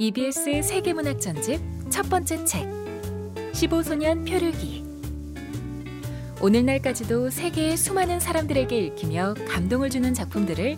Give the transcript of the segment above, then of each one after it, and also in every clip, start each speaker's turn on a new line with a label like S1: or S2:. S1: EBS 세계문학전집 첫 번째 책 15소년 표류기 오늘날까지도 세계의 수많은 사람들에게 읽히며 감동을 주는 작품들을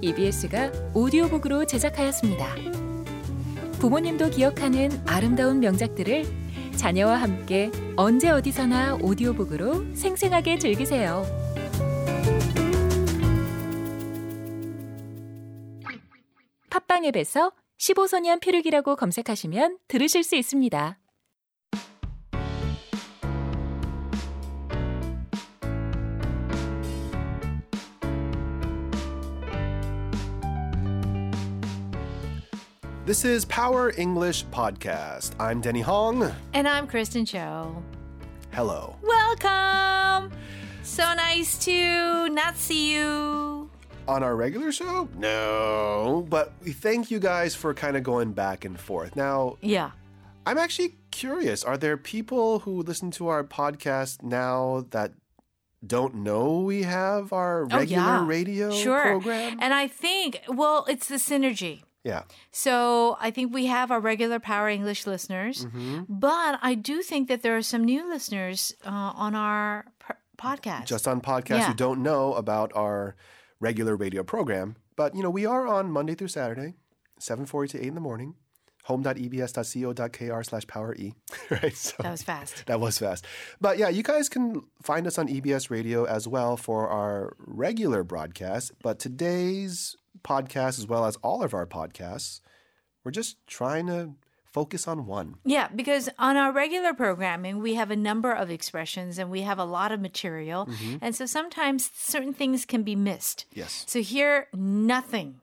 S1: EBS가 오디오북으로 제작하였습니다. 부모님도 기억하는 아름다운 명작들을 자녀와 함께 언제 어디서나 오디오북으로 생생하게 즐기세요. 팟빵 앱에서 15소년 피르기라고 검색하시면 들으실 수 있습니다.
S2: This is Power English Podcast. I'm Denny Hong.
S3: And I'm Kristen Cho.
S2: Hello.
S3: Welcome! So nice to not see you.
S2: On our regular show? No. But we thank you guys for kind of going back and forth. Now,
S3: Yeah.
S2: I'm actually curious are there people who listen to our podcast now that don't know we have our
S3: Oh,
S2: regular
S3: yeah.
S2: radio
S3: sure.
S2: program?
S3: And I think, well, it's the synergy.
S2: yeah.
S3: So I think we have our regular Power English listeners,
S2: Mm-hmm. Hmm.
S3: but I do think that there are some new listeners uh, on our per- podcast.
S2: Just on podcasts
S3: Yeah.
S2: who don't know about our regular radio program. But, you know, we are on Monday through Saturday, 7.40 to 8 in the morning. E home.ebs.co.kr slash power e. right? So
S3: that was fast.
S2: That was fast. But yeah, you guys can find us on EBS Radio as well for our regular broadcast. But today's podcast, as well as all of our podcasts, we're just trying to focus on one.
S3: Yeah, because on our regular programming, we have a number of expressions and we have a lot of material.
S2: Mm-hmm.
S3: And so sometimes certain things can be missed.
S2: Yes.
S3: So here, nothing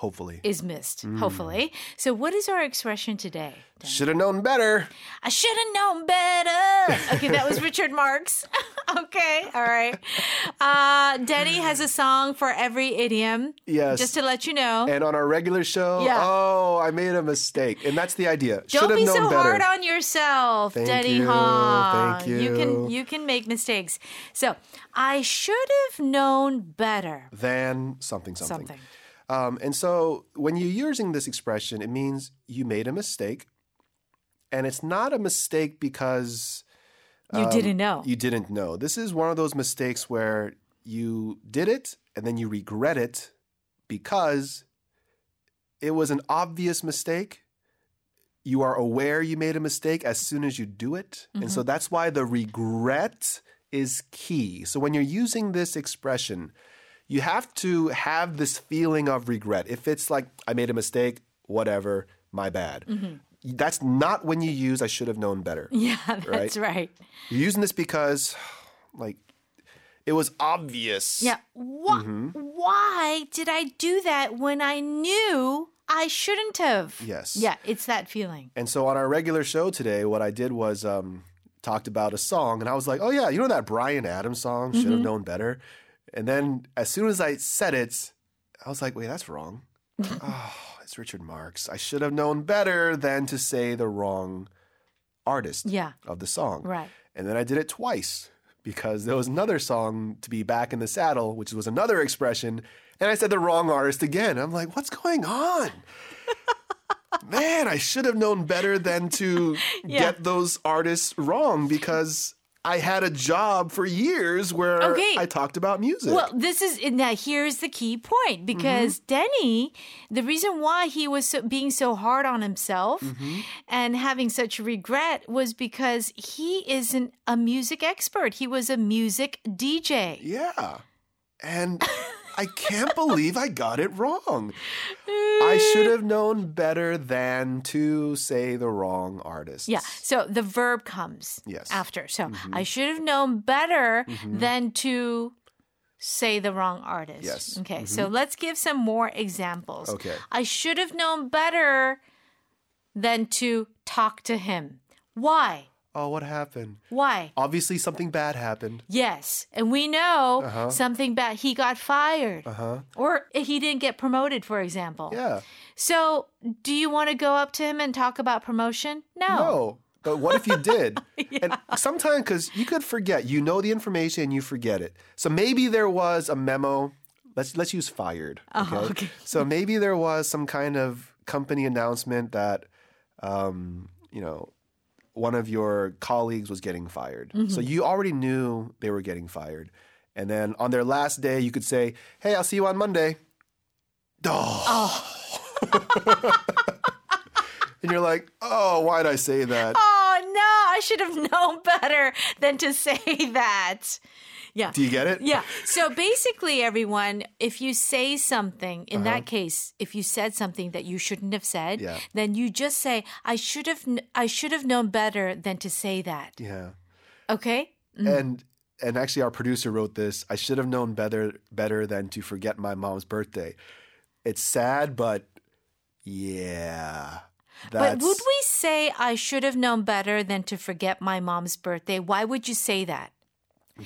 S2: Hopefully.
S3: is missed,
S2: Mm.
S3: hopefully. So, what is our expression today?
S2: Should have known better.
S3: I should have known better. Okay, that was Richard Marx. okay, all right. Uh, Denny has a song for every idiom.
S2: Yes.
S3: Just to let you know.
S2: And on our regular show,
S3: Oh. Yeah.
S2: oh, I made a mistake. And that's the idea. Should
S3: Don't
S2: have
S3: be
S2: known
S3: so
S2: better.
S3: hard on yourself,
S2: Thank
S3: Denny
S2: you,
S3: Hong.
S2: thank
S3: can
S2: you.
S3: you can make mistakes. So I should have known better.
S2: than something something.
S3: Something.
S2: Um, and so when you're using this expression, it means you made a mistake, and it's not a mistake because
S3: You didn't know.
S2: Um, you didn't know. This is one of those mistakes where you did it and then you regret it because it was an obvious mistake. You are aware you made a mistake as soon as you do it. And
S3: Mm-hmm.
S2: so that's why the regret is key. So when you're using this expression, you have to have this feeling of regret. If it's like, I made a mistake, whatever, my bad.
S3: Mm-hmm.
S2: That's not when you use I should have known better.
S3: yeah, that's right.
S2: You're using this because, like, it was obvious.
S3: Yeah. Why,
S2: Mm-hmm.
S3: why did I do that when I knew I shouldn't have?
S2: Yes.
S3: Yeah, it's that feeling.
S2: And so on our regular show today, what I did was um, talked about a song, and I was like, "Oh yeah, you know that Brian Adams song? Should have
S3: Mm-hmm.
S2: known better." And then as soon as I said it, I was like, "Wait, that's wrong. oh, it's Richard Marx. I should have known better than to say the wrong artist
S3: Yeah.
S2: of the song."
S3: Right.
S2: And then I did it twice because there was another song to be back in the saddle, which was another expression, and I said the wrong artist again. I'm like, what's going on? Man, I should have known better than to get those artists wrong because I had a job for years where
S3: Okay.
S2: I talked about music.
S3: Well, this is now. Here's the key point because Denny, the reason why he was so, being so hard on himself and having such regret was because he isn't a music expert. He was a music DJ.
S2: yeah. And I can't believe I got it wrong. I should have known better than to say the wrong artist.
S3: Yeah. So the verb comes
S2: Yes. Mm-hmm.
S3: after. So I should have known better than to say the wrong artist.
S2: Yes. Mm-hmm.
S3: Okay. So let's give some more examples.
S2: Okay.
S3: I should have known better than to talk to him. Why?
S2: Oh, what happened?
S3: Why?
S2: Obviously, something bad happened.
S3: Yes. And we know
S2: Uh-huh.
S3: something bad. He got fired. Or he didn't get promoted, for example.
S2: Yeah.
S3: So do you want to go up to him and talk about promotion?
S2: No. But what if you did? And sometimes, because you could forget, you know the information and you forget it. So maybe there was a memo. Let's let's use fired. Okay. So maybe there was some kind of company announcement that, um, you know, one of your colleagues was getting fired.
S3: Mm-hmm.
S2: So you already knew they were getting fired. And then on their last day, you could say, hey, I'll see you on Monday. Oh. and you're like, oh, why'd I say that?
S3: Oh no, I should have known better than to say that. Yeah.
S2: Do you get it?
S3: yeah. So basically, everyone, if you say something, in that case, if you said something that you shouldn't have said,
S2: Uh-huh. Yeah.
S3: then you just say, "I should have, kn- I should have known better than to say that."
S2: Yeah.
S3: Okay.
S2: and and actually our producer wrote this i should have known better better than to forget my mom's birthday it's sad but yeah that's
S3: But would we say, "I should have known better than to forget my mom's birthday"? Why would you say that?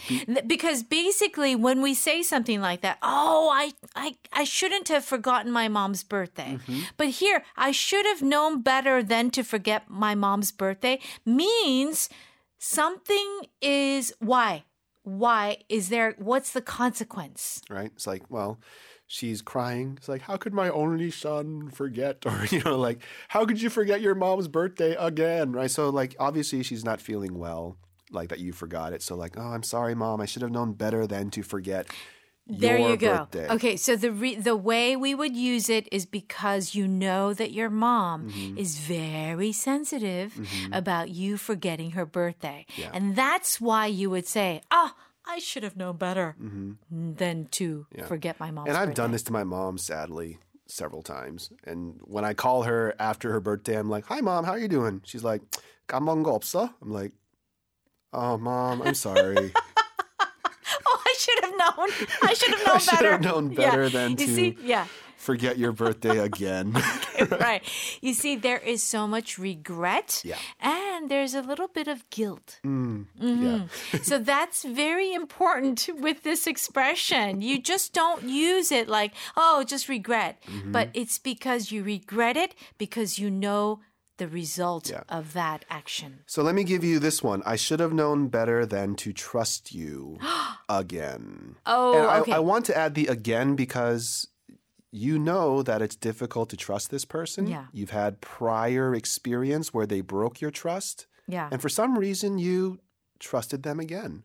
S3: Th- Because basically, when we say something like that, oh, I, I, I shouldn't have forgotten my mom's birthday. But here, I should have known better than to forget my mom's birthday means something is why? Why is there? What's the consequence?
S2: right it's like well she's crying it's like how could my only son forget or you know like how could you forget your mom's birthday again right so like obviously she's not feeling well like that you forgot it so like oh i'm sorry mom i should have known better than to forget
S3: There
S2: your
S3: you go.
S2: birthday
S3: Okay, so the re- the way we would use it is because you know that your mom
S2: Mm-hmm.
S3: is very sensitive about you forgetting her birthday, and that's why you would say, "Oh, I should have known better than to forget my
S2: Mm-hmm.
S3: mom's."
S2: And I've
S3: birthday."
S2: done this to my mom, sadly, several times. And when I call her after her birthday, I'm like, "Hi, mom, how are you doing?" She's like, "감방 거 없어?" I'm like, "Oh, mom, I'm sorry."
S3: Oh, I should have known. I should have known
S2: I should
S3: better.
S2: have known
S3: Yeah.
S2: better than
S3: you
S2: to-
S3: see. Yeah.
S2: Forget your birthday again.
S3: right. You see, there is so much regret,
S2: Yeah.
S3: and there's a little bit of guilt. Mm-hmm.
S2: yeah.
S3: so that's very important with this expression. You just don't use it like, oh, just regret.
S2: Mm-hmm.
S3: But it's because you regret it because you know the result
S2: Yeah.
S3: of that action.
S2: So let me give you this one. I should have known better than to trust you again.
S3: Oh,
S2: and I,
S3: okay.
S2: I want to add the again because you know that it's difficult to trust this person.
S3: Yeah.
S2: You've had prior experience where they broke your trust.
S3: Yeah.
S2: And for some reason, you trusted them again.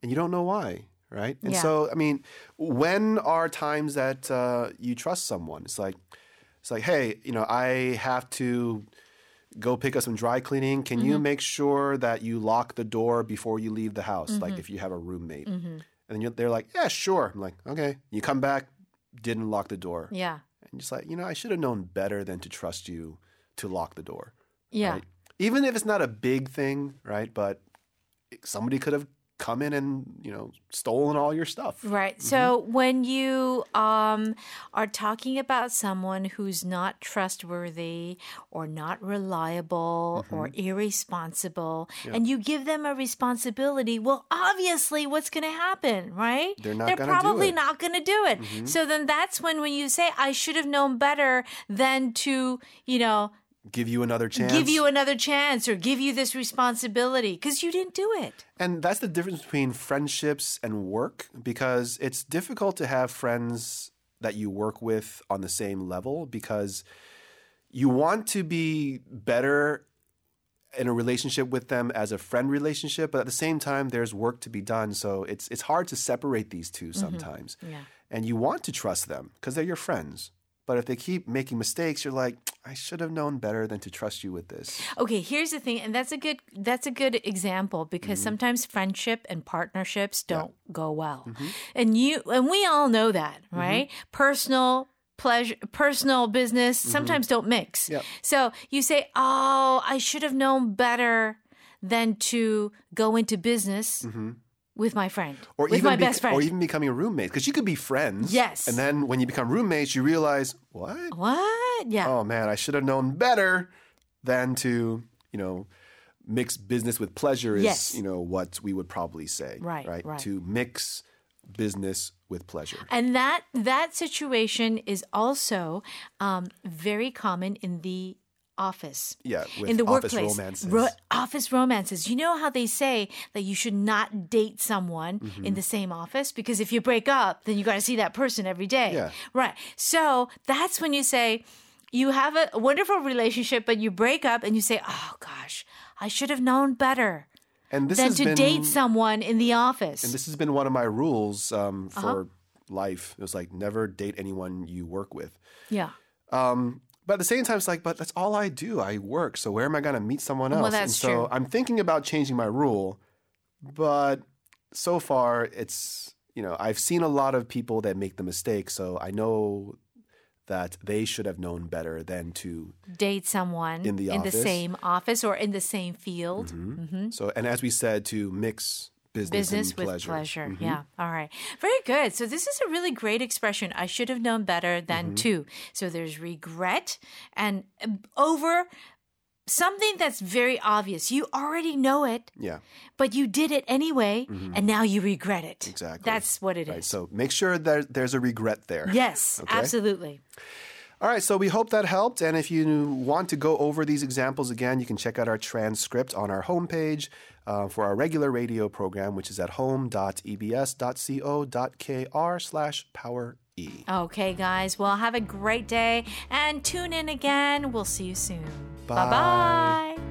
S2: And you don't know why, right? And
S3: Yeah.
S2: so, I mean, when are times that uh, you trust someone? It's like, it's like, hey, you know, I have to go pick up some dry cleaning. Can
S3: Mm-hmm.
S2: you make sure that you lock the door before you leave the house?
S3: Mm-hmm.
S2: Like if you have a roommate. And then you're, they're like, yeah, sure. I'm like, okay. You come back, didn't lock the door.
S3: Yeah.
S2: And just like, you know, I should have known better than to trust you to lock the door
S3: Yeah.
S2: right? Even if it's not a big thing, right? But somebody could have come in and you know stolen all your stuff.
S3: Right. So
S2: Mm-hmm.
S3: when you um, are talking about someone who's not trustworthy or not reliable or
S2: Mm-hmm.
S3: irresponsible, and you give them a responsibility, well, obviously, what's going to happen, right?
S2: They're not gonna do
S3: probably
S2: it. Mm-hmm.
S3: not going to do it. So then that's when when you say, "I should have known better than to," you know.
S2: Give you another chance.
S3: Give you another chance or give you this responsibility because you didn't do it.
S2: and that's the difference between friendships and work because it's difficult to have friends that you work with on the same level because you want to be better in a relationship with them as a friend relationship, but at the same time, there's work to be done. So it's it's hard to separate these two
S3: Mm-hmm.
S2: sometimes.
S3: Yeah.
S2: And you want to trust them because they're your friends. But if they keep making mistakes, you're like, I should have known better than to trust you with this.
S3: Okay, here's the thing, and that's a good that's a good example because
S2: Mm-hmm.
S3: sometimes friendship and partnerships don't go well,
S2: Mm-hmm.
S3: and you and we all know that, right? Personal pleasure, personal business
S2: Mm-hmm.
S3: sometimes don't mix.
S2: Yep.
S3: So you say, "Oh, I should have known better than to go into business with my friend, with my
S2: bec-
S3: best friend."
S2: Mm-hmm. or even becoming roommates because you could be friends.
S3: Yes.
S2: And then when you become roommates, you realize what?
S3: what? Yeah.
S2: Oh man, I should have known better than to you know mix business with pleasure. Is
S3: Yes.
S2: you know what we would probably say.
S3: Right,
S2: Right.
S3: right.
S2: To mix business with pleasure.
S3: And that that situation is also um, very common in the office.
S2: Yeah, with
S3: in the
S2: office
S3: workplace,
S2: romances.
S3: office romances. You know how they say that you should not date someone
S2: Mm-hmm.
S3: in the same office because if you break up, then you got to see that person every day.
S2: Yeah.
S3: Right. So that's when you say, you have a wonderful relationship, but you break up and you say, oh gosh, I should have known better
S2: And this
S3: than
S2: has
S3: to
S2: been
S3: date someone in the office.
S2: and this has been one of my rules um,
S3: Uh-huh.
S2: for life. It was like never date anyone you work with.
S3: yeah.
S2: Um, but at the same time, it's like, but that's all I do. I work. So where am I going to meet someone else?
S3: Well,
S2: and
S3: that's
S2: so
S3: true.
S2: I'm thinking about changing my rule, but so far it's, you know, I've seen a lot of people that make the mistake. So I know that they should have known better than to.
S3: Date someone
S2: In the office. Mm-hmm.
S3: same office or in the same field.
S2: So, and as we said, to mix business,
S3: Hmm? Business
S2: and Mm-hmm.
S3: with pleasure. Yeah. All right. Very good. So this is a really great expression. I should have known better than
S2: Mm-hmm.
S3: to. So there's regret and um, over something that's very obvious. You already know it,
S2: Yeah.
S3: but you did it anyway, and now you regret it.
S2: Mm-hmm. Exactly.
S3: That's what it is.
S2: Right. So make sure that there's a regret there.
S3: Yes,
S2: Okay.
S3: absolutely.
S2: All right, so we hope that helped. And if you want to go over these examples again, you can check out our transcript on our homepage uh, for our regular radio program, which is at E home.ebs.co.kr slash power E.
S3: Okay, guys. Well, have a great day and tune in again. We'll see you soon.
S2: Bye.
S3: Bye bye.